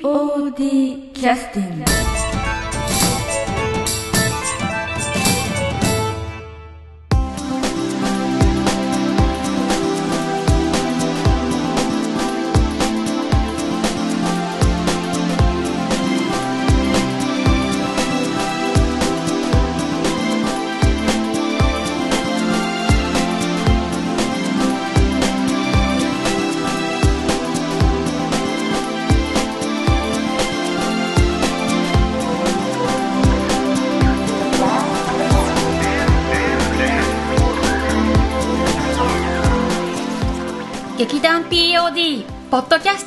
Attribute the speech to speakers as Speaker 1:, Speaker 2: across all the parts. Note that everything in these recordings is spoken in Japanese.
Speaker 1: POD キャスティング
Speaker 2: 劇団 POD ポッドキャス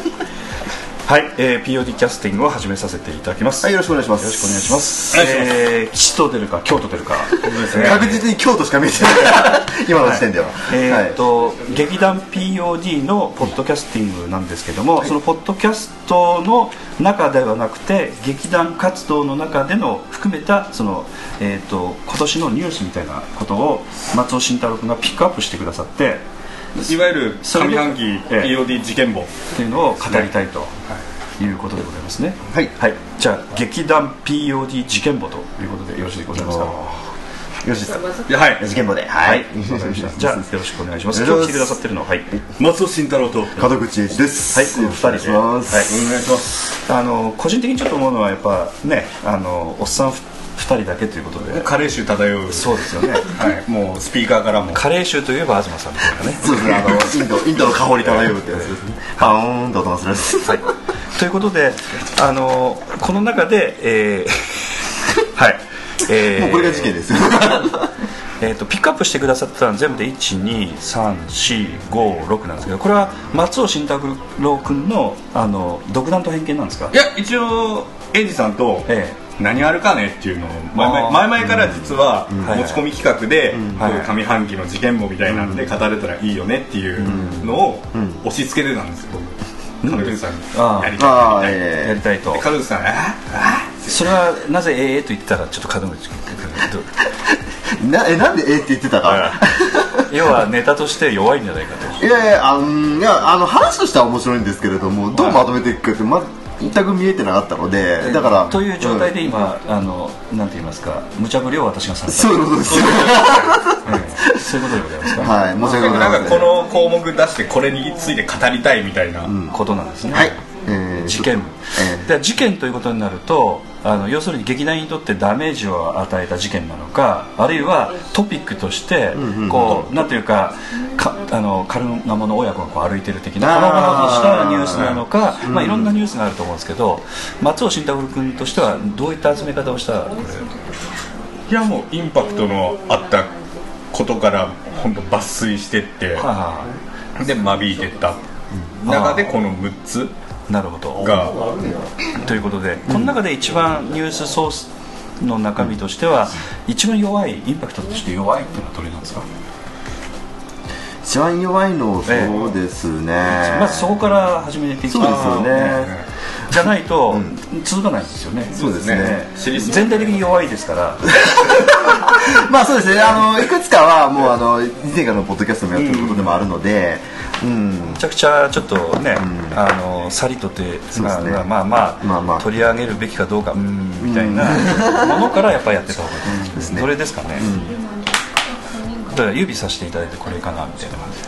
Speaker 3: はい、えー、POD キャスティングを始めさせていただきます。
Speaker 4: はいよ
Speaker 3: よ
Speaker 4: ろしくお願いしま
Speaker 3: ろしくお
Speaker 4: す
Speaker 3: 願いします。えー、吉と出るか京都出るか。
Speaker 4: 確実に京都しか見えて ないから今の時点では、
Speaker 3: え
Speaker 4: はい
Speaker 3: ーっと、劇団 POD のポッドキャスティングなんですけども、そのポッドキャストの中ではなくて劇団活動の中での含めたその、えーっと今年のニュースみたいなことを松尾慎太郎君がピックアップしてくださって
Speaker 5: いわゆる上半期
Speaker 3: ええ
Speaker 5: POD 事件簿
Speaker 3: っていうのを語りたいということでございますね。
Speaker 4: はい
Speaker 3: はい、じゃあ劇団 POD 事件簿ということでよろしいでございますか。
Speaker 4: よろしいですか
Speaker 5: いやはい
Speaker 4: 事件簿ではい、
Speaker 3: わかりましたじゃあよろしくお願いします。
Speaker 4: お願いします
Speaker 3: 今日来てくださってるのははい。
Speaker 5: 松尾慎太郎と
Speaker 4: 門口英二です
Speaker 3: はい、この
Speaker 4: よろしくお願
Speaker 3: 二人で
Speaker 4: いします、
Speaker 3: はい、お願いします。あの個人的にちょっと思うのはやっぱね、あのおっさんふ二人だけということで。
Speaker 5: カレー臭漂う
Speaker 3: そうですよね。
Speaker 5: はいもうスピーカーからも
Speaker 3: カレー臭といえば東さんみたいなね。
Speaker 4: そうですねあのインド インドの香り漂うってやつですねパーンと音がするやつ
Speaker 3: はい。ということで、あのこの中で、えー はい。えー
Speaker 4: もうこれが事件ですよ
Speaker 3: えー、とピックアップしてくださったのは全部で12345なんですけどこれは松尾慎太郎君のあの独断と偏見なんですか
Speaker 5: いや一応エイジさんと
Speaker 3: え
Speaker 5: 何あるかねっていうのを前
Speaker 3: あー
Speaker 5: 々前々から実は
Speaker 3: はいはい
Speaker 5: 持ち込み企画でこう
Speaker 3: はいはい
Speaker 5: 上半期の事件簿みたいなんで語れたらいいよねっていうのを押し付けてたんですよ僕彼女さんに
Speaker 3: あー
Speaker 5: やり
Speaker 4: あ
Speaker 5: た
Speaker 4: あ
Speaker 5: いやり
Speaker 3: えや
Speaker 4: え
Speaker 3: りたいと
Speaker 5: たい彼女さんえ
Speaker 3: それはなぜええと言ってたらちょっと門口君ど
Speaker 4: ー、なえなんでえーって言ってたか
Speaker 3: 要はネタとして弱いんじゃないかと
Speaker 4: いやいやあのいやあの話としては面白いんですけれどもどうまとめていくかってま全く見えてなかったのでだから
Speaker 3: という状態で今、あのなんて言いますか無茶ぶりを私がさせた
Speaker 4: そういうことですよ
Speaker 3: ええそういうことでございますか、
Speaker 4: はい、申し訳ございませ
Speaker 5: なんかこの項目出してこれについて語りたいみたいな
Speaker 3: ことなんですね、
Speaker 4: はい、えー
Speaker 3: 事件、
Speaker 4: え
Speaker 3: で事件ということになるとあの要するに劇団にとってダメージを与えた事件なのかあるいはトピックとしてこうなんていうかかあのカルガモの親子がこう歩いてる的なほのぼのとしたニュースなのかまあ、いろんなニュースがあると思うんですけど松尾慎太郎君としてはどういった集め方をしたこれ
Speaker 5: いやもうインパクトのあったことから本当抜粋してって
Speaker 3: あ
Speaker 5: で間引いてった中でこの6つ
Speaker 3: あなるほど
Speaker 5: が
Speaker 3: ということでこの中で一番ニュースソースの中身としては一番弱いインパクトとして弱いっていうのはどれなんですか
Speaker 4: 一番弱いのそうですね、
Speaker 3: まずそこから始めていき
Speaker 4: そうですよね
Speaker 3: じゃないと続かないんですよね、
Speaker 4: そうですね
Speaker 3: ね全体的に弱いですから
Speaker 4: まあそうですねあのいくつかはもうあの以前からのポッドキャストもやってることでもあるのでうん
Speaker 3: めちゃくちゃちょっとね、あのさりと
Speaker 4: そ
Speaker 3: て
Speaker 4: うですね
Speaker 3: まあまあまあ、
Speaker 4: まあまあ
Speaker 3: 取り上げるべきかどうかうんみたいなものからやっぱりやってた方がいい、それですかね、だから指さしていただいてこれかなみたいな感じ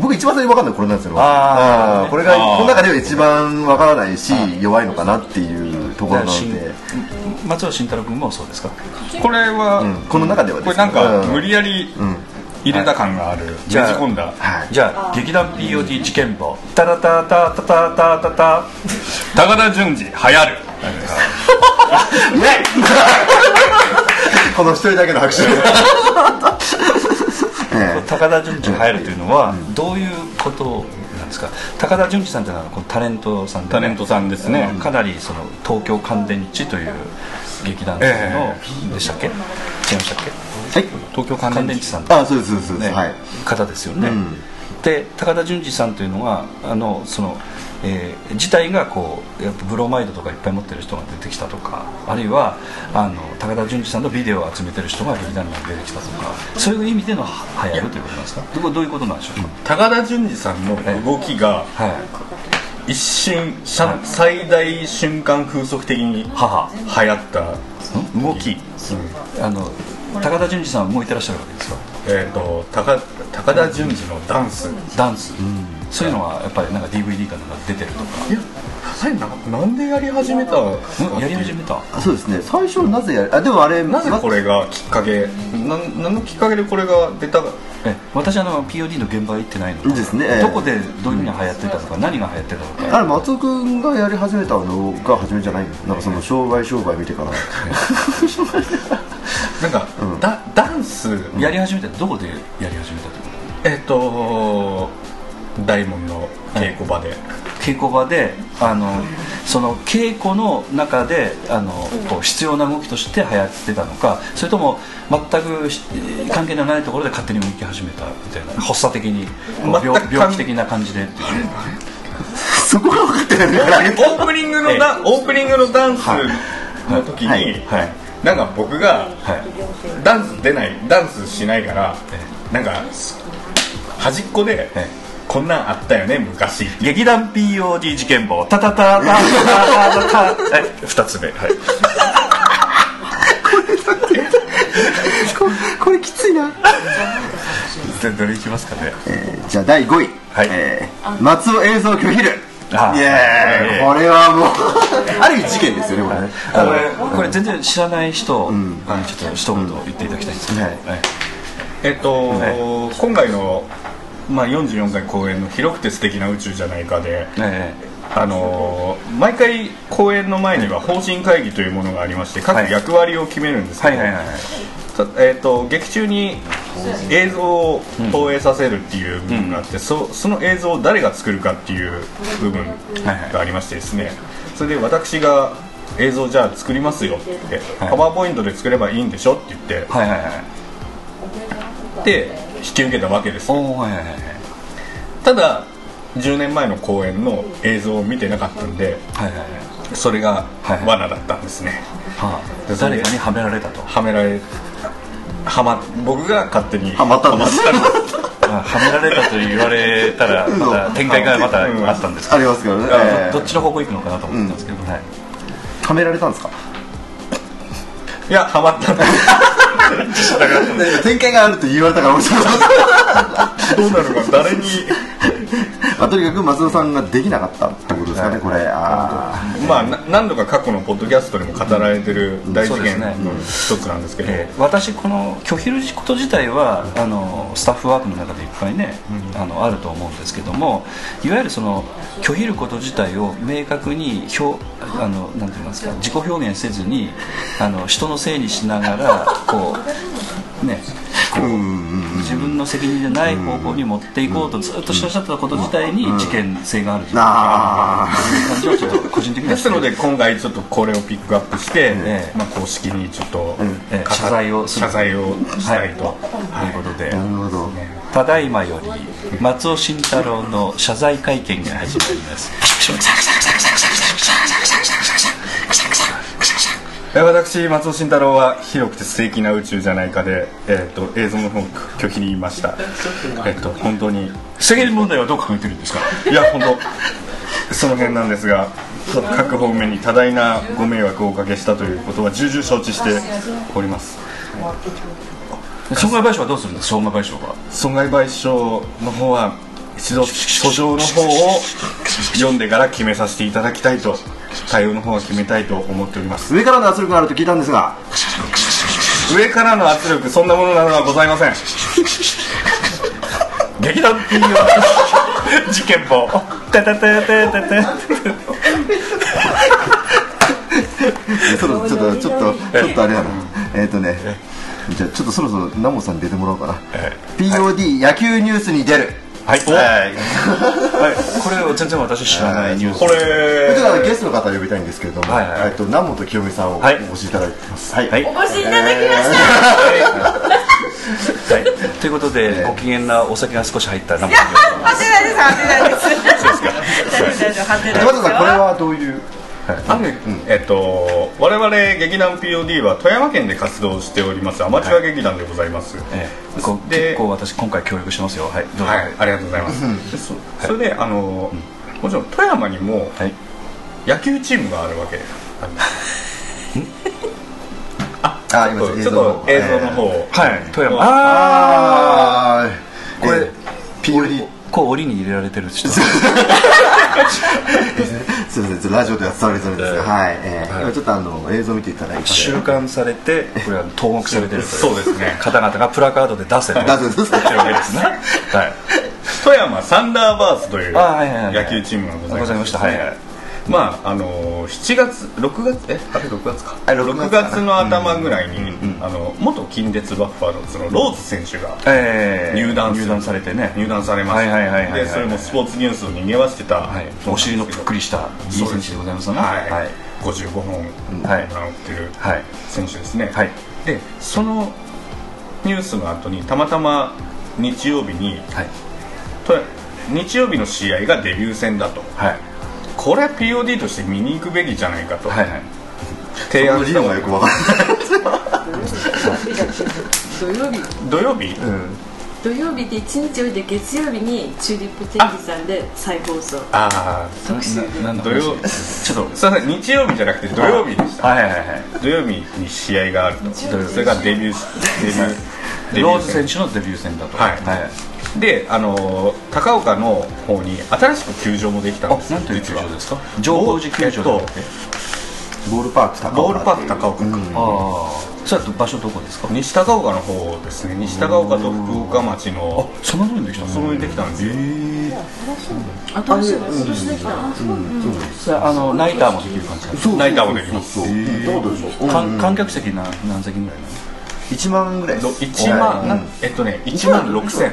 Speaker 4: 僕一番最初に分かんないのはこれなんですよ
Speaker 3: あー
Speaker 4: ーこれが
Speaker 5: あー
Speaker 4: この中では一番分からないし弱いのかなっていうところな
Speaker 3: だからし
Speaker 4: の
Speaker 3: ん
Speaker 4: で、
Speaker 3: 松尾慎太郎君もそうですか
Speaker 5: これは、
Speaker 4: うん、この中ではです
Speaker 5: こ
Speaker 4: ね
Speaker 5: れなんか無理
Speaker 4: や
Speaker 5: やり入れた感がある、ねじ
Speaker 3: じゃあ
Speaker 5: 込んだ
Speaker 3: じゃあ劇団 POD 事件簿タラタタタタタタタ
Speaker 5: 高田純次流行る
Speaker 4: りこの一人だけの拍手ええ
Speaker 3: 高田純次が入るというのはどういうことなんですかですか高田純次さんっていうのはこのタレントさんで、
Speaker 5: タレントさんですね
Speaker 3: あのかなりその東京乾電池という劇団さんの、
Speaker 5: え
Speaker 3: でしたっけ違いましたっけ
Speaker 4: はい
Speaker 3: 東京乾電池さん
Speaker 4: あそうですそうですそうです、
Speaker 3: ね
Speaker 4: はい
Speaker 3: 方ですよね、
Speaker 4: うん
Speaker 3: で高田純次さんというのはあのその、えー自体がこうやっぱブロマイドとかいっぱい持ってる人が出てきたとかあるいはあの高田純次さんのビデオを集めてる人が劇団内に出てきたとかそういう意味でのは流行るということなんですかどうどういうことなんでしょうか、
Speaker 5: 高田純次さんの動きが
Speaker 3: はい
Speaker 5: 一瞬さ最大瞬間風速的に流
Speaker 3: 母
Speaker 5: 行った
Speaker 3: ん動きあの高田純次さんは動いてらっしゃるわけですよ
Speaker 5: えー、と高高田純次のダンス
Speaker 3: ダンス、そういうのはやっぱりなんか DVD かなんか出てるとか、
Speaker 5: いやそれななんでやり始めた
Speaker 3: ん
Speaker 5: の
Speaker 3: やり始めた
Speaker 4: あそうですね最初なぜやるあでもあれ
Speaker 5: なぜこれがきっかけなん何のきっかけでこれが出た
Speaker 3: え私あの POD の現場行ってないの
Speaker 4: いいですねええ
Speaker 3: どこでどういうふうに流行ってたのか、何が流行ってたのか
Speaker 4: あれ松尾君がやり始めたのが初めじゃないのなんかその商売商売見てから
Speaker 5: なんか、だダンス
Speaker 3: やり始めたどこでやり始めたってこ
Speaker 5: えっ、と大門の稽古場で、
Speaker 3: と稽古場であのその稽古の中であのこう必要な動きとして流行ってたのかそれとも全くし関係のないところで勝手に動き始めたみたいな発作的にこう
Speaker 5: 全く
Speaker 3: 病
Speaker 5: 関
Speaker 3: 病気的な感じでっていう
Speaker 4: そこが分かってないから
Speaker 5: オープニングのダン、オープニングのダンスの時に、
Speaker 4: はい
Speaker 3: はい
Speaker 5: なんか僕が
Speaker 3: はい
Speaker 5: ダンス出ないダンスしないから、
Speaker 3: え
Speaker 5: なんか端っこで、
Speaker 3: え
Speaker 5: こんなんあったよね昔
Speaker 3: 劇団 POD 事件簿タタタタタタタタはい
Speaker 5: 二つ目はい
Speaker 4: こ これきついな、
Speaker 5: じゃあどれいきますかね
Speaker 4: えーじゃあ第5位、
Speaker 5: はい
Speaker 4: えー松尾映像拒否る
Speaker 3: あ
Speaker 4: いやーこれはもう ある意味事件ですよねこれね
Speaker 3: あのこれ全然知らない人、あのちょっと一言言っていただきたいんですけど、
Speaker 4: はい
Speaker 3: はい
Speaker 5: えっと、
Speaker 3: は
Speaker 5: 今回の、まあ、44回公演の「広くて素敵な宇宙じゃないかで」
Speaker 3: え
Speaker 5: あのー毎回公演の前には方針会議というものがありまして
Speaker 3: は
Speaker 5: 各
Speaker 3: い
Speaker 5: 役割を決めるんです
Speaker 3: えは
Speaker 5: けど、
Speaker 3: いはいはい
Speaker 5: さえー、と劇中に映像を投影させるっていう部分があって、そその映像を誰が作るかっていう部分がありましてですねそれで私が映像じゃあ作りますよって言って
Speaker 3: はい
Speaker 5: パワーポイントで作ればいいんでしょって言って、
Speaker 3: はいはいはい
Speaker 5: で引き受けたわけです
Speaker 3: おおはいはいはい
Speaker 5: ただ10年前の公演の映像を見てなかったんで
Speaker 3: はいはいはい
Speaker 5: それが
Speaker 3: はい
Speaker 5: 罠だったんですね、
Speaker 3: はあ、誰かにはめられたと
Speaker 5: はめられはま僕が勝手に
Speaker 4: ハマったんです
Speaker 3: あはめられたと言われたらまた展開がまたあったんです
Speaker 4: あ
Speaker 3: け
Speaker 4: りますからね、
Speaker 3: ど、
Speaker 4: えー
Speaker 3: どっちの方向行くのかなと思ってたんですけど、はい
Speaker 4: はめられたんですか
Speaker 5: いやはまったんだ
Speaker 4: 展開があると言われたから面白かっ
Speaker 5: どうなるか誰に
Speaker 4: たまあとにかく松尾さんができなかったってことですかねこれあー
Speaker 5: まあな何度か過去のポッドキャストでも語られてる大事件
Speaker 3: そう
Speaker 5: の
Speaker 3: ですね
Speaker 5: 一つなんですけど、
Speaker 3: えー私この拒否ること自体はあのスタッフワークの中でいっぱいね、あのあると思うんですけどもいわゆるその拒否ること自体を明確に表あのなんて言いますか自己表現せずにあの人のせいにしなが らこうねこう自分の責任じゃない方向に持っていこうとずっとしておっしゃってたこと自体に事件性があるという
Speaker 4: あ
Speaker 3: 感じはちょっと個人的に
Speaker 5: で
Speaker 3: は
Speaker 5: すので今回ちょっとこれをピックアップして、
Speaker 3: ええ
Speaker 5: まあ、公式にちょっと、
Speaker 3: ええ謝罪をする
Speaker 5: 謝罪をしたいと、
Speaker 3: はいということで。
Speaker 4: ーなるほど
Speaker 3: ただいまより松尾慎太郎の謝罪会見が始まり ます
Speaker 5: え私松尾慎太郎は広くて素敵な宇宙じゃないかで、えー、と映像の方を拒否に言いましたえっ、と本当に
Speaker 3: 責任問題はどう考えてるんですか
Speaker 5: いや本当その辺なんですが各方面に多大なご迷惑をおかけしたということは重々承知しております
Speaker 3: 損害賠償はどうするんですか損害賠償は
Speaker 5: 損害賠償の方は一度訴状の方を読んでから決めさせていただきたいと対応の方は決めたいと思っております
Speaker 4: 上からの圧力があると聞いたんですが
Speaker 5: 上からの圧力そんなものなどはござい ません
Speaker 3: 劇団 P の事件簿タタタタタタ
Speaker 4: えそろちょっとちょっとちょっとあれやなえっ、とねじゃあちょっとそろそろナモさんに出てもらおうかな、POD 野球ニュースに出る
Speaker 3: はいおはい
Speaker 4: はい
Speaker 3: これを全然私知らないニュース
Speaker 5: こ
Speaker 4: ということで
Speaker 5: れ
Speaker 4: ゲストの方を呼びたいんですけれども、
Speaker 3: はいはい
Speaker 4: えっと南本清美さんをお
Speaker 3: はい
Speaker 4: 越しいただいてます。はい。
Speaker 3: はい、は
Speaker 6: お越しいただきました
Speaker 3: い、ということで、ご機嫌なお酒が少し入った生ビ
Speaker 6: ハテナです。ハテナです。大丈夫、大丈夫、ハテナですよ。
Speaker 4: 山田さんこれはどういう？
Speaker 5: えっと我々劇団 POD は富山県で活動しておりますアマチュア劇団でございます、
Speaker 3: ええ、こう
Speaker 5: で
Speaker 3: 結構私今回協力してますよはいどうぞ
Speaker 5: はい、ありがとうございます。でそそれで、あの、もちろん富山にも
Speaker 3: はい
Speaker 5: 野球チームがあるわけ。
Speaker 4: あ
Speaker 5: ちょっと映像の方。を。
Speaker 3: はい、富山あ
Speaker 5: あ
Speaker 4: あー
Speaker 3: これ
Speaker 4: えー POD
Speaker 3: こう檻に入れられてる人
Speaker 4: すみませんラジオでは伝わりづらいですが、はい。えー今ちょっとあの映像見ていただいて。
Speaker 3: 収監されてこれは投獄され てるとい
Speaker 5: そうですね
Speaker 3: 方々がプラカードで出せと
Speaker 4: 出せと
Speaker 3: 言ってるわけですねはい
Speaker 5: 富山サンダーバースという
Speaker 3: あはいはいはい
Speaker 5: 野球チームがございまして
Speaker 3: ございましたはいはい
Speaker 5: まああの7月6月えあれ6月か
Speaker 4: あれ
Speaker 5: 6
Speaker 4: 6
Speaker 5: 月の頭ぐらいにあの元近鉄バッファローズのローズ選手が
Speaker 3: えー
Speaker 5: 入団する
Speaker 3: 入団されてね
Speaker 5: 入団されまし
Speaker 3: はいはいはいはい
Speaker 5: た
Speaker 3: はい
Speaker 5: でそれもスポーツニュースに賑わしてた
Speaker 3: はい、お尻のぷっくりしたいい選手でございますね
Speaker 5: はい、
Speaker 3: はい
Speaker 5: 55本
Speaker 3: は
Speaker 5: はいい、ってる
Speaker 3: はい
Speaker 5: 選手ですね、
Speaker 3: はい
Speaker 5: でそのニュースの後にたまたま日曜日に
Speaker 3: はい
Speaker 5: と日曜日の試合がデビュー戦だと
Speaker 3: はい
Speaker 5: これは POD として見に行くべきじゃないかと
Speaker 3: はいはい
Speaker 5: 提
Speaker 4: その
Speaker 5: 案
Speaker 4: 理由
Speaker 5: したの
Speaker 4: がよくわからない。
Speaker 7: 土曜日
Speaker 5: 土曜日、
Speaker 7: 土曜日で一日おいで月曜日にチューリップ天気さんで再放送
Speaker 5: あ
Speaker 7: 特集で
Speaker 3: なん
Speaker 5: あ
Speaker 3: だ
Speaker 5: 土曜 ちょっとすいません日曜日じゃなくて土曜日でした
Speaker 3: はいはいはいはい
Speaker 5: 土曜日に試合があるとそ
Speaker 7: 曜日
Speaker 5: れがデビューデビューデビ
Speaker 3: ロ
Speaker 5: ュ
Speaker 3: ー
Speaker 5: ー
Speaker 3: ズ
Speaker 5: 戦
Speaker 3: 選手のデビュー戦だと
Speaker 5: はいで、あのー高岡の方に新しく球場もできたんです
Speaker 3: あ
Speaker 5: よ
Speaker 3: なんていう
Speaker 5: 実は
Speaker 3: 球場ですか上皇寺球場だ
Speaker 5: ボー
Speaker 3: っ
Speaker 5: ル
Speaker 3: け
Speaker 5: えっ
Speaker 4: ボールパーク高
Speaker 5: と
Speaker 4: 岡。
Speaker 5: ボールパーク高岡か、
Speaker 3: ああそれは場所どこですか
Speaker 5: 西高岡の方ですね西高岡と福岡町
Speaker 3: あ
Speaker 5: の
Speaker 3: そんなとこにできたの
Speaker 5: その上にできたんですよ、
Speaker 7: 新しいの今年できたの
Speaker 3: それあのナイターもできる感じなんですか
Speaker 5: ナイターもできます
Speaker 4: そうどうでしょう。
Speaker 3: 観観客席な何席ぐらいなの
Speaker 4: 一万ぐらいです。
Speaker 5: 1万、
Speaker 4: はいうん
Speaker 5: えっとね1万6000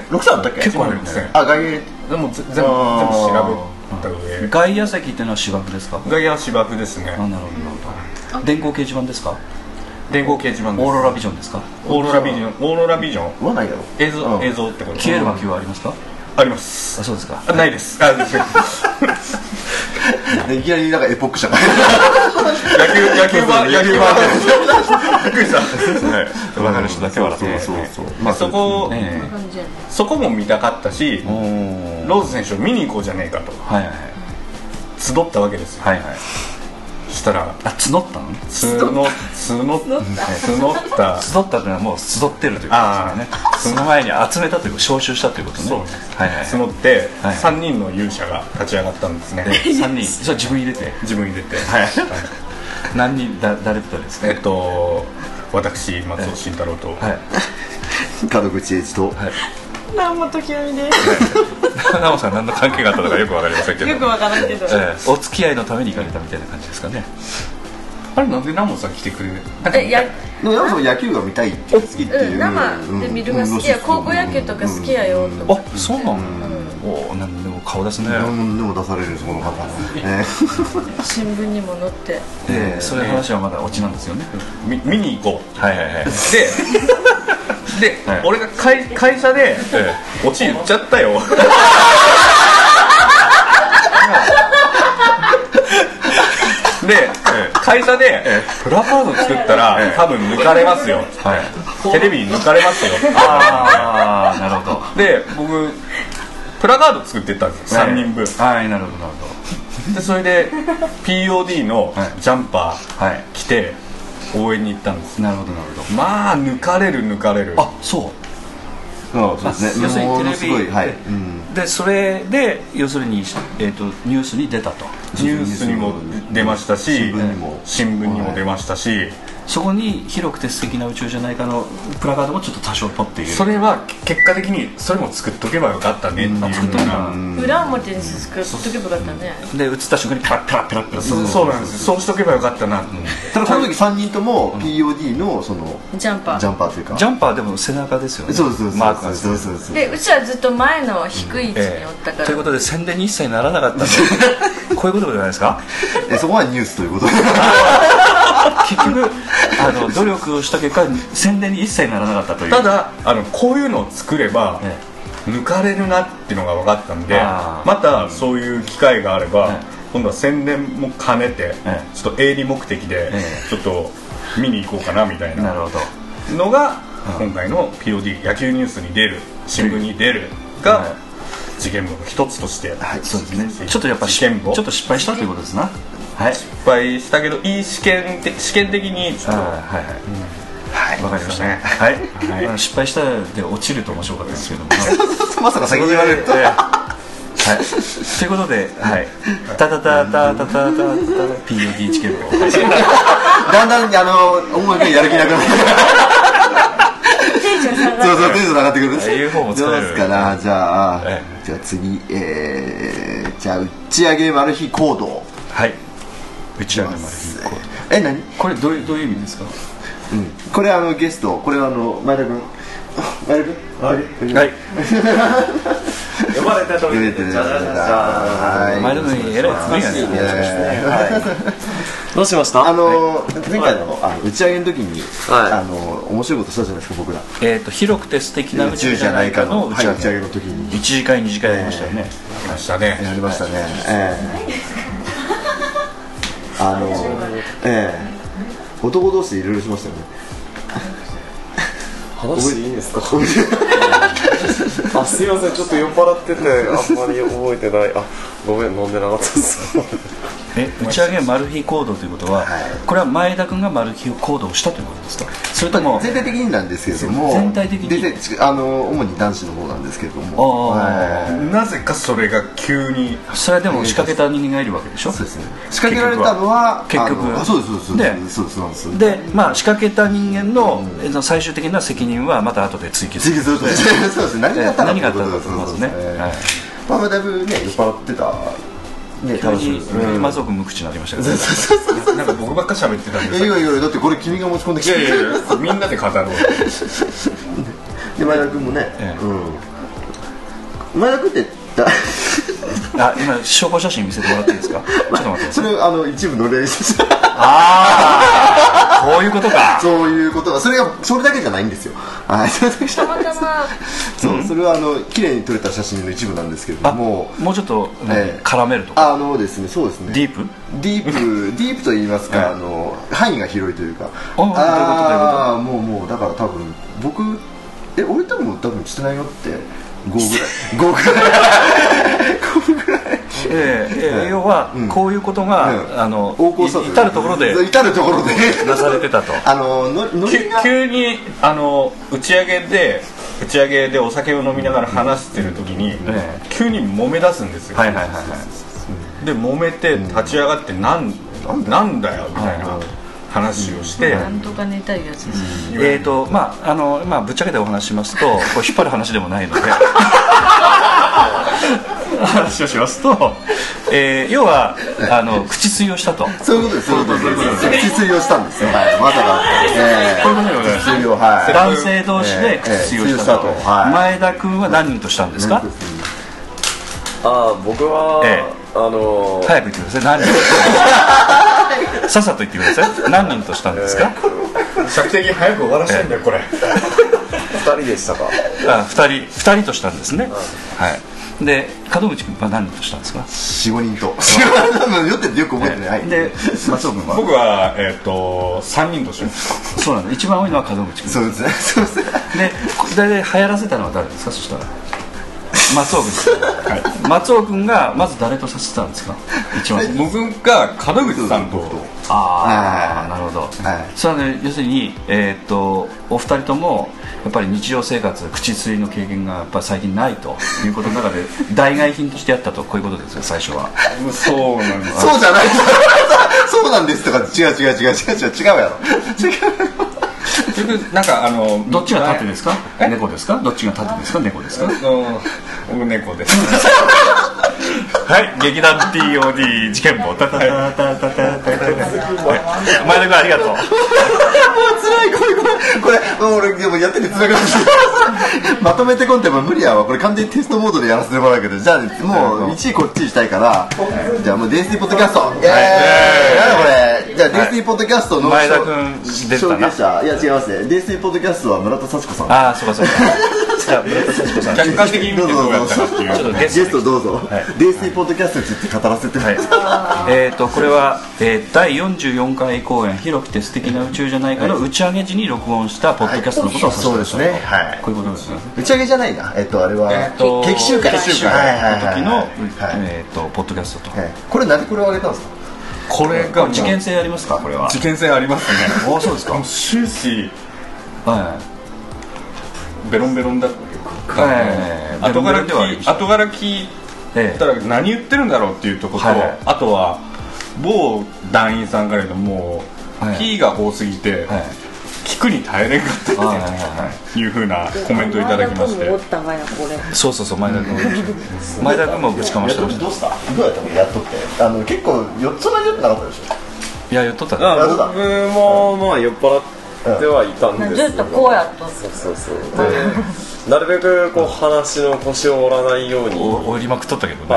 Speaker 4: 六千だったっけ？
Speaker 5: 結構あるんですね
Speaker 4: あ外野
Speaker 5: でもぜ全部全部調べた上
Speaker 3: 外野席っていうのは芝生ですか
Speaker 5: 外野は芝生ですね
Speaker 3: あなるほどなるほど電光掲示板ですか
Speaker 5: 電光掲示板
Speaker 3: オ
Speaker 5: です
Speaker 3: ーロラビジョンですか
Speaker 5: オーロラビジョンオーロラビジョン
Speaker 4: はないだろう。
Speaker 5: 映像、
Speaker 4: うん
Speaker 5: 映像ってこと
Speaker 3: 消える魔球はありますか
Speaker 5: あります
Speaker 3: あそうですか
Speaker 5: あないですあ野球
Speaker 4: でいきなりなんかエポックじゃない。
Speaker 5: 野球は野球はびっくりした
Speaker 3: 分かる人だけ笑って
Speaker 4: そうそうそう。
Speaker 5: まあそこを
Speaker 3: ええ
Speaker 5: そこも見たかったし
Speaker 3: おー
Speaker 5: ローズ選手を見に行こうじゃねえかと
Speaker 3: はいはい
Speaker 5: 集ったわけですよ
Speaker 3: はいはいはい
Speaker 5: したら
Speaker 3: あ募ったの
Speaker 5: 募の募募った
Speaker 3: 集ったというのはもう集ってるということ
Speaker 5: あ
Speaker 3: ですよねその前に集めたというか招集したということね
Speaker 5: そうで
Speaker 3: はいはい
Speaker 5: 募って
Speaker 3: はい
Speaker 5: 3人の勇者が立ち上がったんですね
Speaker 3: 3人それ自分入れて
Speaker 5: 自分入れて
Speaker 3: はい何人だ誰と誰ですか
Speaker 5: えっと私松尾慎太郎と
Speaker 3: はい
Speaker 4: 角口エ治と。
Speaker 7: 南本清美です
Speaker 3: 奈緒さん何の関係があったのかよくわかりませんけど
Speaker 7: よくわからんけど
Speaker 3: ええお付き合いのために行かれたみたいな感じですかね
Speaker 5: あれなんで南本さん来てくれる
Speaker 7: えや
Speaker 4: でも山本さん野球が見たいって好きって
Speaker 7: う
Speaker 4: い
Speaker 7: ん
Speaker 4: う。
Speaker 7: 生で見るが好きや高校野球とか好きやよと思って
Speaker 3: あそうなのおお何でも顔ですね
Speaker 4: 何でも出されるんですこの方。え
Speaker 7: 新聞にも載って
Speaker 3: ええそういう話はまだオチなんですよね
Speaker 5: み見に行こう
Speaker 3: はいはいはい
Speaker 5: でで、
Speaker 3: はい
Speaker 5: 俺が会会社で
Speaker 3: え
Speaker 5: 「オチ言っちゃったよ」で、会社でプラカード作ったら、多分抜かれますよ、
Speaker 3: はい
Speaker 5: テレビに抜かれますよ
Speaker 3: ああなるほど
Speaker 5: で僕プラカード作ってったんですよ3人分、
Speaker 3: はいなるほどなるほ
Speaker 5: でそれで POD の
Speaker 3: はい
Speaker 5: ジャンパ
Speaker 3: どはい
Speaker 5: ー着て応援に行ったんです
Speaker 3: なるほどなるほど
Speaker 5: まあ抜かれる抜かれる
Speaker 3: あそう
Speaker 4: え。そうですね。
Speaker 3: 要するに
Speaker 4: もの
Speaker 3: テ
Speaker 4: す
Speaker 3: レ
Speaker 4: ご
Speaker 3: ビ
Speaker 4: いはい。
Speaker 3: で
Speaker 4: うん
Speaker 3: でそれで要するに、えー、とニュースに出たと
Speaker 5: ニュースにも出ましたし
Speaker 4: 新聞にも
Speaker 5: 新聞にも出ましたし、
Speaker 3: そこに広くて素敵な宇宙じゃないかのプラカードもちょっと多少取っている
Speaker 5: それは結果的にそれも作っとけばよかったねっていうのが、
Speaker 6: 裏表に作っとけばよかったね
Speaker 3: で映った瞬間にペラッペラッペラッペラ
Speaker 5: そうそうなんですそうしとけばよかったなって、
Speaker 4: ただこの時3人とも POD のその
Speaker 6: ジャンパ
Speaker 4: ジャ
Speaker 6: ー
Speaker 4: ンパーというか
Speaker 3: ジャンパーでも背中ですよね
Speaker 4: そうそうそう
Speaker 3: マークがついて
Speaker 4: そ
Speaker 3: る
Speaker 4: うそうそう
Speaker 6: でうちはずっと前の低い位置におったから、
Speaker 3: ということで宣伝に一切ならなか ったんでこういうことじゃないですか
Speaker 4: えそこはニュースということで
Speaker 3: 結局あの努力をした結果宣伝に一切ならなかったという
Speaker 5: ただあのこういうのを作れば、
Speaker 3: え
Speaker 5: 抜かれるなっていうのが分かったんで
Speaker 3: あー
Speaker 5: またそういう機会があれば、
Speaker 3: ええ
Speaker 5: 今度は宣伝も兼ねて、
Speaker 3: え
Speaker 5: ちょっと営利目的で、
Speaker 3: え
Speaker 5: ちょっと見に行こうかなみたい
Speaker 3: なる
Speaker 5: な
Speaker 3: ほど
Speaker 5: のが今回の POD 野球ニュースに出る新聞に出るが、
Speaker 3: はい
Speaker 5: 事件簿の一つとして、
Speaker 3: そうですねちょっとやっぱ
Speaker 5: 事
Speaker 3: しち
Speaker 5: 件簿
Speaker 3: ょっと失敗したということですなはい
Speaker 5: 失敗したけどいい試験的試験的にちょっ
Speaker 3: あー
Speaker 5: と
Speaker 3: はいはい
Speaker 5: はい
Speaker 3: わかりましたね
Speaker 5: はい、
Speaker 3: はいあの失敗したで落ちると面白かったですけども
Speaker 4: まさか先に言われ ると
Speaker 3: ええはい、ということで、はい、タタタタタタタタ POD チケットを
Speaker 4: だんだんあの音楽にやる気なくなってそうそうテンション上がってくる
Speaker 3: あいう方も
Speaker 4: ど
Speaker 3: 使
Speaker 4: う
Speaker 3: える
Speaker 4: ですかなじゃあ、
Speaker 3: え
Speaker 4: じゃあ次えー、じゃあ打ち上げマル秘行動
Speaker 3: はい打ち上げまで
Speaker 4: え何
Speaker 3: これどういうどういう意味ですか
Speaker 4: これあのゲストこれはあの前田君前田君はいはい
Speaker 8: 呼ばれたとき
Speaker 4: 出
Speaker 8: に
Speaker 4: てる
Speaker 8: じゃじゃじゃじゃ
Speaker 3: 前田君偉いですね
Speaker 8: 懐かしいね
Speaker 4: いやいやいや
Speaker 8: どうしました
Speaker 4: あの前回のあの打ち上げの時に、
Speaker 8: はい
Speaker 4: あの面白いことしたじゃないですか僕ら
Speaker 3: えー、と広くて素敵な宇宙じゃないかの打
Speaker 4: はい打
Speaker 3: ち上げ
Speaker 4: ち上げの時に
Speaker 3: 1次会2次会やりましたよね、
Speaker 5: 来ましたね
Speaker 4: やりましたね、ええあのええ男同士でいろいろしましたよね
Speaker 8: 話していいんですかあすいませんちょっと酔っ払っててあんまり覚えてないあごめん飲んでなかったです
Speaker 3: え打ち上げマル秘行動ということは、これは前田君がマル秘行動をしたということですかそれとも
Speaker 4: 全体的になんですけれども
Speaker 3: 全体的に
Speaker 4: ででちあの主に男子の方なんですけれども
Speaker 3: あ
Speaker 4: は
Speaker 3: あ
Speaker 4: い
Speaker 5: なぜかそれが急に
Speaker 3: それはでも仕掛けた人間がいるわけでしょ
Speaker 4: そうですね仕掛けられたのは
Speaker 3: 結局は
Speaker 4: あのあそうですそう
Speaker 3: で
Speaker 4: ですそうですそうですそうです
Speaker 3: でまあ仕掛けた人間のえー最終的な責任はまた後で追及す
Speaker 4: そう
Speaker 3: る
Speaker 4: ですそうですそうです何があったの
Speaker 3: 何があった
Speaker 4: とい
Speaker 3: の
Speaker 4: う
Speaker 3: か
Speaker 4: こととだと思いま
Speaker 3: まずね
Speaker 4: すね
Speaker 3: はい
Speaker 4: まあまあだいぶね酔っ払ってたね
Speaker 3: 急
Speaker 4: 楽しみ
Speaker 3: に
Speaker 4: ですね
Speaker 3: 松尾君無口になりましたけど、
Speaker 5: なんか僕ばっか喋ってたんで
Speaker 4: いやいやいやだってこれ君が持ち込んでき
Speaker 5: い
Speaker 4: て
Speaker 5: やいやいやみんなで語ろう
Speaker 4: で前田君もね
Speaker 3: ええ
Speaker 4: うん前田君ってだ
Speaker 3: あ今証拠写真見せてもらっていいですかちょっと待ってくだ
Speaker 4: そ
Speaker 3: さい
Speaker 4: れあの一部の練習
Speaker 3: こういうこと か
Speaker 4: そういうことがそれがそれだけじゃないんですよはいそれだけじゃ
Speaker 6: た
Speaker 4: ない
Speaker 6: またま
Speaker 4: そうそれはあの綺麗に撮れた写真の一部なんですけれど
Speaker 3: あ
Speaker 4: も
Speaker 3: もうちょっと、
Speaker 4: ええ
Speaker 3: 絡めるとか
Speaker 4: あのですねそうですね
Speaker 3: ディープ
Speaker 4: ディー プディープと言いますか、あの範囲が広いというか
Speaker 3: どういうこと
Speaker 4: あーもうもうだから多分僕え俺多分多分してないよって5ぐらい5ぐらい
Speaker 3: ええええ要は
Speaker 4: ん
Speaker 3: こういうことが、
Speaker 4: うん
Speaker 3: あの
Speaker 4: 横行
Speaker 3: い至る所で
Speaker 4: 至るところで
Speaker 3: なされてたと
Speaker 4: あののノ
Speaker 5: 急
Speaker 4: リが
Speaker 5: 急にあの打ち上げで打ち上げでお酒を飲みながら話してる時に、
Speaker 3: え
Speaker 5: 急に揉め出すんですよ、
Speaker 3: はいはいはいはい
Speaker 5: で揉めて立ち上がってなん、なんだよみたいな話をして、
Speaker 6: なんとか寝たいやつですね、
Speaker 3: えーとまああのまあ、ぶっちゃけてお話ししますとこれ引っ張る話でもないの で話をしますと、えー要はあの口吸いをしたと
Speaker 4: そういうことですそういうことです血水をしたんですよはいまさかええ血水をはい
Speaker 3: 男性同士で口吸い
Speaker 4: ええええ口吸いを
Speaker 3: をしたと,、
Speaker 4: したとはい
Speaker 3: 前田君は何人としたんですか、
Speaker 8: あー僕は、
Speaker 3: ええ
Speaker 8: あのー
Speaker 3: 早く言ってください何 人さっさと言ってください何人としたんです か、
Speaker 5: 比較的早く終わらせたいんだよこれ
Speaker 8: 二人でしたか
Speaker 3: あ二人二人としたんですね、はいで門口君は何人としたんですか、
Speaker 4: 45人と45人酔って てよく覚えてないはい
Speaker 3: で松尾君は
Speaker 5: 僕は、えっと3人とします
Speaker 3: そうなんです一番多いのは門口君
Speaker 4: そうですねそうですね
Speaker 3: でこ大体流行らせたのは誰ですかそした ら松 尾君です、はい、松尾君がまず誰とさせてたんですか一番
Speaker 5: 僕が門口さんと
Speaker 3: あ
Speaker 4: は
Speaker 3: あ
Speaker 4: い
Speaker 3: なるほど、
Speaker 4: はい
Speaker 3: それはね要するに、えーっとお二人ともやっぱり日常生活口吸いの経験がやっぱり最近ないということの中 で代替品としてやったとこういうことですよ最初は
Speaker 5: そうなんです
Speaker 4: そうじゃないそうなんですとか違う違う違う違う違う違うやろ
Speaker 5: 結局なんかあの
Speaker 3: どっちが縦ですか
Speaker 5: え
Speaker 3: 猫ですかどっちが縦ですか猫ですか
Speaker 5: あの僕 猫です
Speaker 3: はい劇団 POD 事件簿タタタタタタタタはい前田君ありがとう
Speaker 4: 辛いこれこれこれもう俺でもやってて辛くなってきたまとめてコンテも無理やわこれ完全にテストモードでやらせてもらうけどじゃあもう1位こっちにしたいからじゃあもう DST ポッドキャストイエーイなんだこれじゃあ DST ポッドキャストの
Speaker 3: 前田君出て
Speaker 4: 証
Speaker 3: た
Speaker 4: 言
Speaker 3: な
Speaker 4: 者いや違いますね DST ポッドキャストは村田幸子さん
Speaker 3: ああそうかそうかじゃあ村田幸子さん
Speaker 5: 客観的に見てどうやったかっていう
Speaker 3: ちょっと
Speaker 4: ゲ
Speaker 3: ゲ
Speaker 4: ス
Speaker 3: ス
Speaker 4: ト
Speaker 3: ト
Speaker 4: どうぞ、
Speaker 3: はい
Speaker 4: DST ポッドキャストについて語らせて、
Speaker 3: はい、えっ、とこれは、えー、第44回公演「広くて素敵な宇宙じゃないか」の打ち上げ時に録音したポッドキャストのことを指して
Speaker 4: そう
Speaker 3: ま
Speaker 4: ですすねはい
Speaker 3: こういうことですね
Speaker 4: 打ち上げじゃないなえっとあれは、
Speaker 3: っと
Speaker 4: 劇集会
Speaker 3: 劇集
Speaker 4: はいは
Speaker 3: 会
Speaker 4: いはいはい
Speaker 3: の時の、
Speaker 4: はい
Speaker 3: えー、とポッドキャストと、
Speaker 4: はいこれなんでこれをあげたんですか
Speaker 5: これ
Speaker 3: こ
Speaker 5: が
Speaker 3: れ事件性ありますかこれは
Speaker 5: 事件性ありますね
Speaker 3: あそうですか
Speaker 5: もう終始
Speaker 3: は
Speaker 5: ベロンベロンだっ
Speaker 3: いはい
Speaker 5: 後から
Speaker 3: ではあり
Speaker 5: 聞
Speaker 3: ま
Speaker 5: い
Speaker 3: した
Speaker 5: 後から聞い
Speaker 3: え
Speaker 5: たら何言ってるんだろうっていうとこと、
Speaker 3: はいはい
Speaker 5: あとは某団員さんからのもう、
Speaker 3: はい
Speaker 5: P が多すぎて、
Speaker 3: えはい
Speaker 5: 聞くに耐えれんかった
Speaker 3: はいはいは
Speaker 5: というふうなコメントをいただきまして
Speaker 9: おったがやこれ
Speaker 3: いそうそうそう前田君前田君もぶちかましてました
Speaker 4: どうしたどうやったのやっとってあの結構4つまで良くなかったでしょ
Speaker 3: いや言っとったね
Speaker 8: あ僕もまあ酔っ払ってはいたんです
Speaker 9: ずっとこうやっと
Speaker 8: そうそう そうでなるべくこう話の腰を折らないよう にはい
Speaker 3: おおりまくっとったけどね、
Speaker 8: で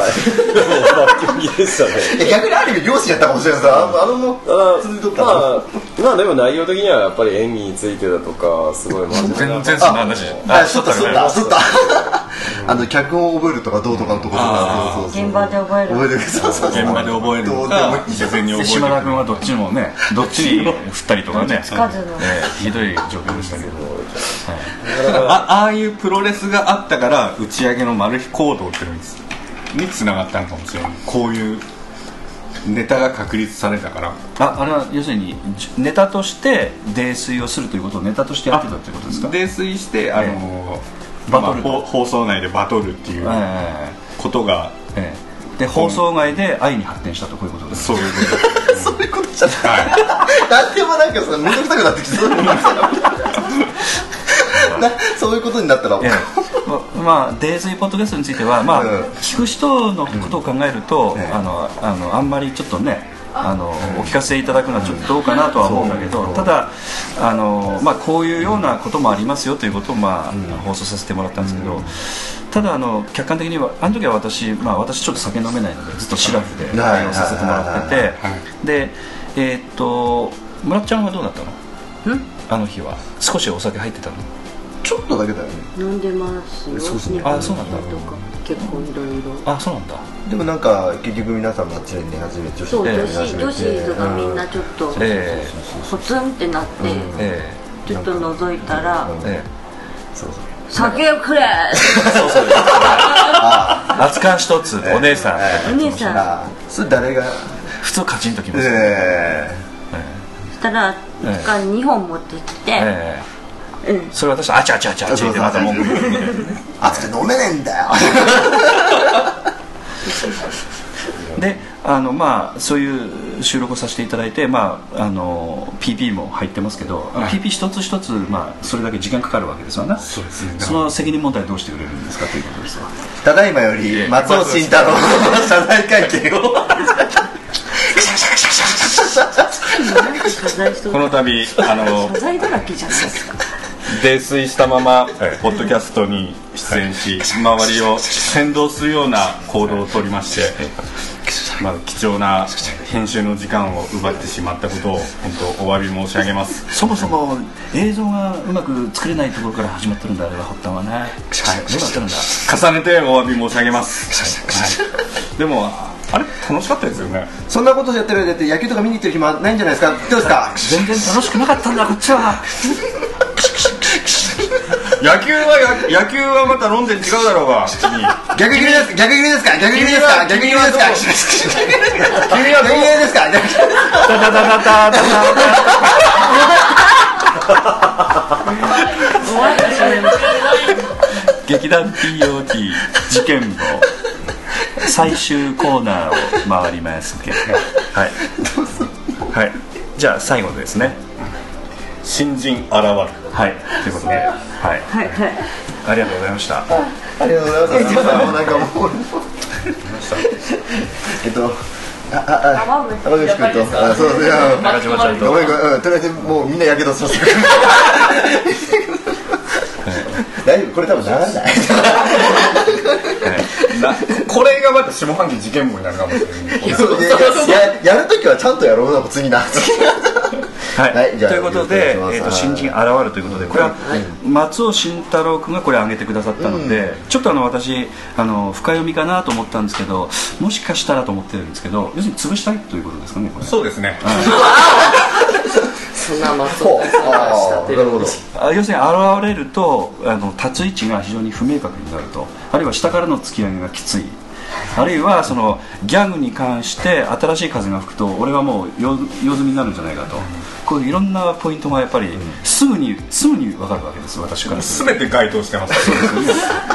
Speaker 8: もまあギリでしたね
Speaker 4: え逆にある意味漁師やったかもしれないさあのあのもう
Speaker 8: あ
Speaker 4: 続いとっ
Speaker 8: ー
Speaker 4: た
Speaker 8: まあまあでも内容的にはやっぱり演技についてだとかす ごい真面目
Speaker 3: 全
Speaker 8: な
Speaker 3: 然そんな話
Speaker 4: あそったそ
Speaker 3: ね
Speaker 4: ったそった あの脚本を覚えるとかどうとかのところとかそうそうそう
Speaker 9: 現場で覚える
Speaker 4: 覚えるそうそうそう
Speaker 5: 現場で覚える
Speaker 4: ど
Speaker 5: の
Speaker 4: うでもい
Speaker 5: か
Speaker 4: い
Speaker 5: 事前に
Speaker 3: で
Speaker 5: 覚えて
Speaker 3: 島田君はどっちもねどっち に振ったりとかね
Speaker 9: かずの
Speaker 3: ええひどい状況でしたけど
Speaker 5: あああいうプロレスがあったから打ち上げのマル秘行動っていうのにつにつながったのかもしれないこういうネタが確立されたから
Speaker 3: ああれは要するにじネタとして泥酔をするということをネタとしてやってたということですか
Speaker 5: 泥酔してあの、
Speaker 3: バトル
Speaker 5: まあほ放送内でバトルっていう
Speaker 3: はいはいはい
Speaker 5: ことが、
Speaker 3: ええで放送外で愛に発展したとこういうことです
Speaker 5: そういうこと です
Speaker 4: そういうことじゃない何でもなんかそのめんどくさくなってき そうなそういうことになったら
Speaker 3: ええままあ、泥酔ポッドキャストについては、まあ
Speaker 4: うん
Speaker 3: 聞く人のことを考えると、
Speaker 4: ええ
Speaker 3: あのあのあんまりちょっとねあのお聞かせいただくのはちょっとどうかなとは思うんだけどただあの、まあ、こういうようなこともありますよということを、まあ放送させてもらったんですけど、ただあの客観的にはあの時は私、まあ、私ちょっと酒飲めないのでずっとシラフで
Speaker 4: はい
Speaker 3: 対応させてもらって
Speaker 4: はい
Speaker 3: てで、えーっと村ちゃんはどうだったのあの日は少しお酒入ってたの
Speaker 4: ちょっとだけだよね
Speaker 9: 飲んでますよ
Speaker 4: そうそう
Speaker 9: 日
Speaker 3: あそうなんだ
Speaker 9: 本酒とか結構いろいろ
Speaker 3: あそうなんだ
Speaker 4: でもなんか結局皆さんが常に寝始め女子
Speaker 9: そう
Speaker 3: ええ
Speaker 9: 女子女子とかみんなちょっと
Speaker 3: ええ
Speaker 9: ポツンってなって
Speaker 3: え
Speaker 9: ちょっと覗いたら
Speaker 3: えええ
Speaker 4: そうそう
Speaker 9: 「酒をくれ!」
Speaker 3: そうそう熱燗一つお姉さん
Speaker 9: お姉さん
Speaker 4: あそれ誰が
Speaker 3: 普通カチンときますね
Speaker 4: ええ
Speaker 9: そしたら
Speaker 3: え
Speaker 9: 一貫2本持ってきて
Speaker 3: ええそれ私あちゃあちゃあちゃあちゃってまた文句言う
Speaker 4: 熱くて飲めねえんだよ
Speaker 3: であのまあそういう収録をさせていただいてまああの PP も入ってますけど、PP 一つ一つまあそれだけ時間かかるわけですわなそうですねその責任問題どうしてくれるんですかということですわ
Speaker 4: ただいまより松尾慎太郎の謝罪会見をクシャクシャクシャクシャクシャクシャクシャ
Speaker 9: 謝罪しと
Speaker 5: この度あの
Speaker 9: 謝罪だらけじゃないですか
Speaker 5: 泥酔したままポッドキャストに出演し周りを先導するような行動をとりましてまあ貴重な編集の時間を奪ってしまったことを本当お詫び申し上げます
Speaker 3: そもそも映像がうまく作れないところから始まってるんだあれは発端はねはいどうなってるんだ
Speaker 5: 重ねてお詫び申し上げます、はいでもあれ楽しかったですよね
Speaker 4: そんなことやってる間って野球とか見に行ってる暇ないんじゃないですかどうですか
Speaker 3: 全然楽しくなかったんだこっちは
Speaker 5: 野球はや野球はまた論点違うだろうが君
Speaker 4: 逆切れです逆切れですか逆切れですか逆切れですか逆切れですか逆切れですか
Speaker 3: タタタタタタ 劇団 POD 事件簿最終コーナーを回りますけどはいはいじゃあ最後ですね
Speaker 5: 新人現
Speaker 3: はいということではい、
Speaker 9: はいはい
Speaker 3: ありがとうございました
Speaker 4: ありがとうございます。もうなんかもう。えっと。あああ、山口君と、あ、そうですね、
Speaker 3: 中島ちゃんと
Speaker 4: ごめんごめん、うんとりあえずもうみんなやけどさせて。大丈夫、これ多分ならない。
Speaker 5: なこれがまた下半期事件簿になるかもしれない
Speaker 4: そういやいやややるときはちゃんとやろうな、次な。
Speaker 3: はい、
Speaker 4: はいじゃあ
Speaker 3: ということで、え
Speaker 4: よろしくお願
Speaker 3: ー、と
Speaker 4: いし
Speaker 3: 新
Speaker 4: ます
Speaker 3: 人現るということで、これは松尾慎太郎君がこれ挙げてくださったので、ちょっとあの私あの深読みかなと思ったんですけどもしかしたらと思ってるんですけど要するに潰したいということですかねこれ
Speaker 5: そうですね
Speaker 10: そんな松
Speaker 4: ほう
Speaker 10: 岡さんが仕立
Speaker 4: あー
Speaker 10: てる
Speaker 4: なるほど。
Speaker 3: あ要するに現れるとあの立つ位置が非常に不明確になるとあるいは下からの突き上げがきついあるいはそのギャグに関して新しい風が吹くと俺はもう用用済みになるんじゃないかとこういういろんなポイントがやっぱりすぐにすぐに分かるわけです私からすると
Speaker 5: 全て該当してます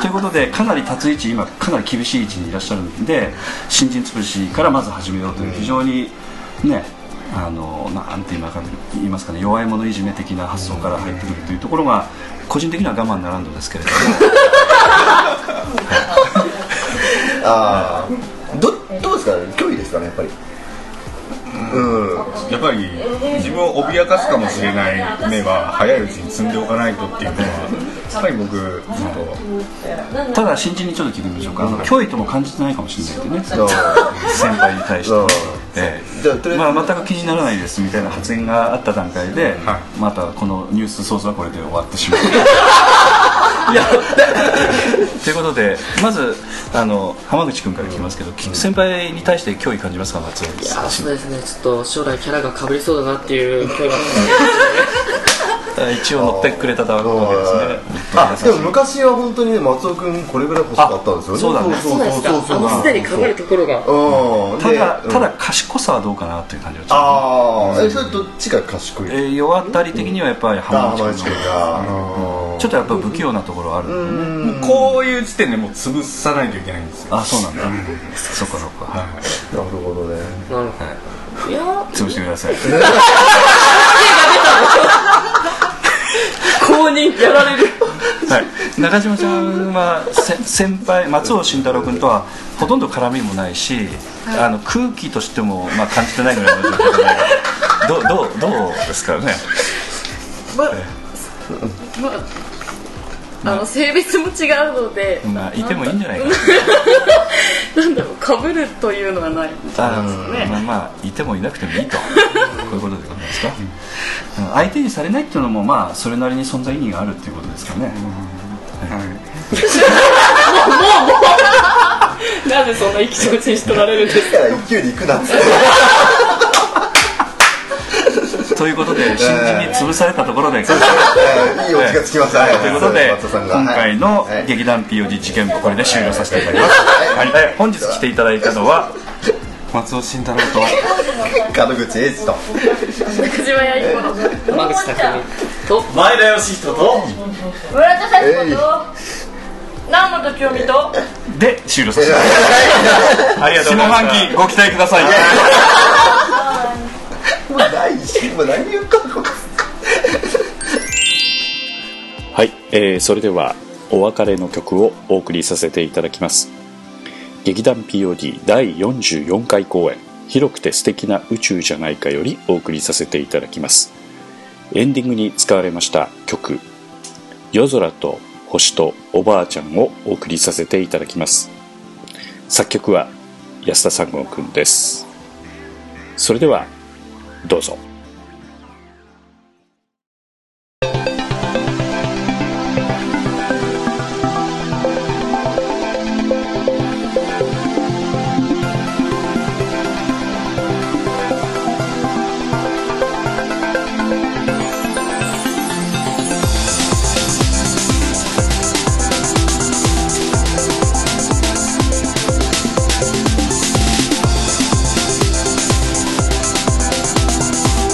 Speaker 3: ということでかなり立つ位置今かなり厳しい位置にいらっしゃるんで新人潰しからまず始めようという非常にねあのなんて今か言いますかね弱い者いじめ的な発想から入ってくるというところが個人的には我慢ならんのですけれども
Speaker 4: ああ。ど、どうですかね、脅威ですかね、やっぱり。うん。
Speaker 5: やっぱり自分を脅かすかもしれない目は早いうちに積んでおかないとっていうのはやっぱり僕ずっ
Speaker 3: ただ新人にちょっと聞いてみましょうか、あの脅威とも感じてないかもしれないってね先輩に対して、
Speaker 4: うん
Speaker 3: ええ
Speaker 4: じゃあとりあえず
Speaker 3: まあ、全く気にならないですみたいな発言があった段階で、
Speaker 5: は
Speaker 3: またこのニュースソースはこれで終わってし まう。ということでまずあの浜口君から聞きますけど、き先輩に対して脅威感じますか松尾
Speaker 10: いや
Speaker 3: さん
Speaker 10: ーそうですねちょっと将来キャラが被りそうだなって いう声が
Speaker 3: 一応乗ってくれたわけですね
Speaker 4: あ、でも昔は本当にね松尾君これぐらい欲しかったんですよね。
Speaker 3: あそうだね
Speaker 4: そうそうそうそう。
Speaker 10: あのすでに被るところが
Speaker 4: うん。
Speaker 3: た
Speaker 4: で
Speaker 3: だ
Speaker 4: うん
Speaker 3: ただ賢さはどうかなという感じがします
Speaker 4: ああ、えそれどっちが賢い？
Speaker 3: えー弱ったり的にはやっぱり浜
Speaker 4: あ
Speaker 3: 口
Speaker 4: マ
Speaker 3: 君
Speaker 4: ジか。
Speaker 3: ちょっとやっぱ不器用なところはあるんでね
Speaker 5: ともうこういう時点でもう潰さないといけないんですよ
Speaker 3: あそうなんだそっかそっかはい
Speaker 4: なるほどね。
Speaker 10: なるほ
Speaker 3: 潰してく ださい
Speaker 10: ど公認やられる
Speaker 3: はい、中島ちゃんはせ先輩松尾慎太郎君とはほとんど絡みもないし、あの空気としても、まあ、感じてないぐらいの状況じゃないからどうどうどうですからね
Speaker 7: あの性別も違うので、
Speaker 3: まあいてもいいんじゃないか
Speaker 7: なんだろう被るというのはない
Speaker 3: なあまあまあいてもいなくてもいいとこういうことでございますか、うん相手にされないっていうのもまあそれなりに存在意義があるっていうことですかね、
Speaker 7: なぜそんな意気消沈しとられるんですか
Speaker 4: だから一級に行くな って。
Speaker 3: ということで新人に潰されたところで、
Speaker 4: えーいいお家がつきました。
Speaker 3: ということで
Speaker 4: 松尾さんが
Speaker 3: 今回の
Speaker 4: はい
Speaker 3: 劇団 POD 事件もこれで終了させていただきます、はいえ本日来ていただいたのは
Speaker 5: 松尾慎太郎と
Speaker 4: 門口英二と。
Speaker 7: 中島やいこの
Speaker 10: 山口匠
Speaker 5: 前田義人と
Speaker 6: 村田幸子と南本清美と
Speaker 3: で終了させていただきますありがとうございました
Speaker 5: ご期待ください
Speaker 4: もうないし、もう何言うか分かんない。
Speaker 11: はい、えーそれではお別れの曲をお送りさせていただきます劇団 POD 第44回公演「広くて素敵な宇宙じゃないか」よりお送りさせていただきますエンディングに使われました曲「夜空と星とおばあちゃん」をお送りさせていただきます作曲は安田三郷くんですそれではどうぞ
Speaker 12: 「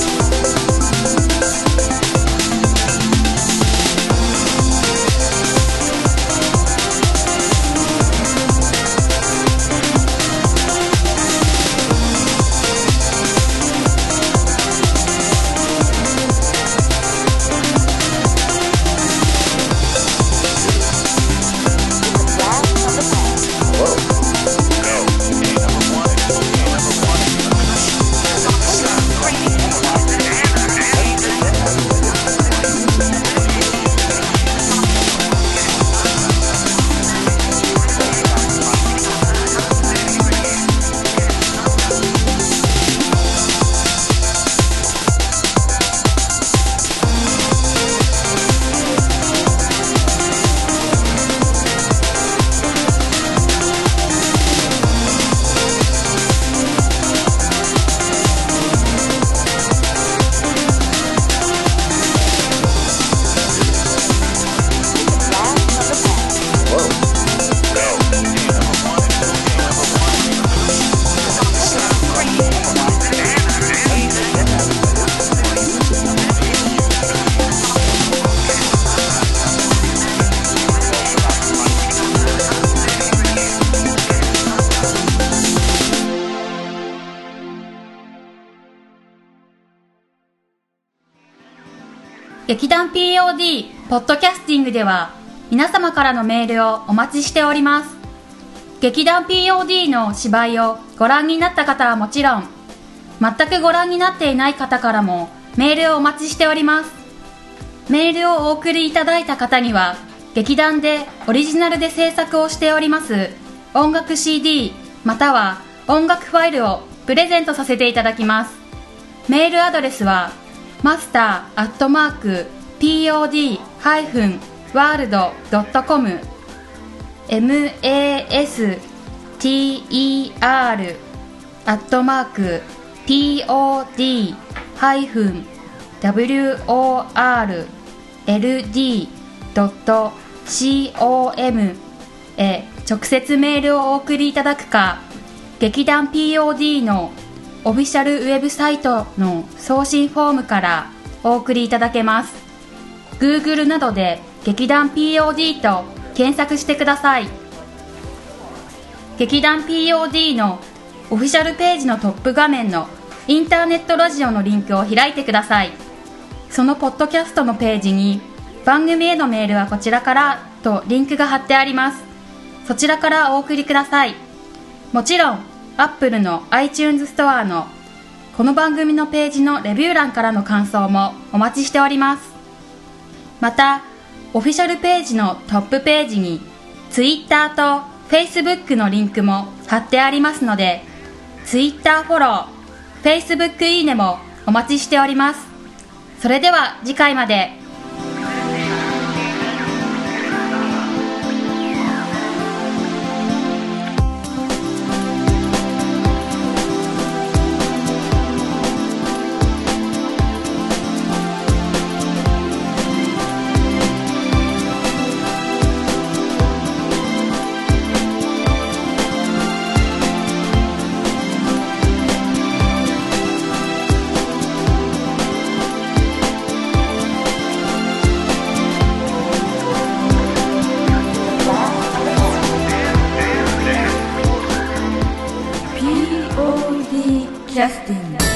Speaker 2: 劇団 POD ポッドキャスティングでは皆様からのメールをお待ちしております劇団 POD の芝居をご覧になった方はもちろん全くご覧になっていない方からもメールをお待ちしておりますメールをお送りいただいた方には劇団でオリジナルで制作をしております音楽 CD または音楽ファイルをプレゼントさせていただきますメールアドレスはマスターアットマーク pod-world.com master アットマーク pod-world.com へ直接メールをお送りいただくか劇団 POD のオフィシャルウェブサイトの送信フォームからお送りいただけます Google などで劇団 POD と検索してください劇団 POD のオフィシャルページのトップ画面のインターネットラジオのリンクを開いてくださいそのポッドキャストのページに番組へのメールはこちらからとリンクが貼ってありますそちらからお送りくださいもちろん Apple の iTunes ストアのこの番組のページのレビュー欄からの感想もお待ちしておりますまたオフィシャルページのトップページに Twitter と Facebook のリンクも貼ってありますので Twitter フォロー Facebook いいねもお待ちしておりますそれでは次回まで
Speaker 1: キャスティング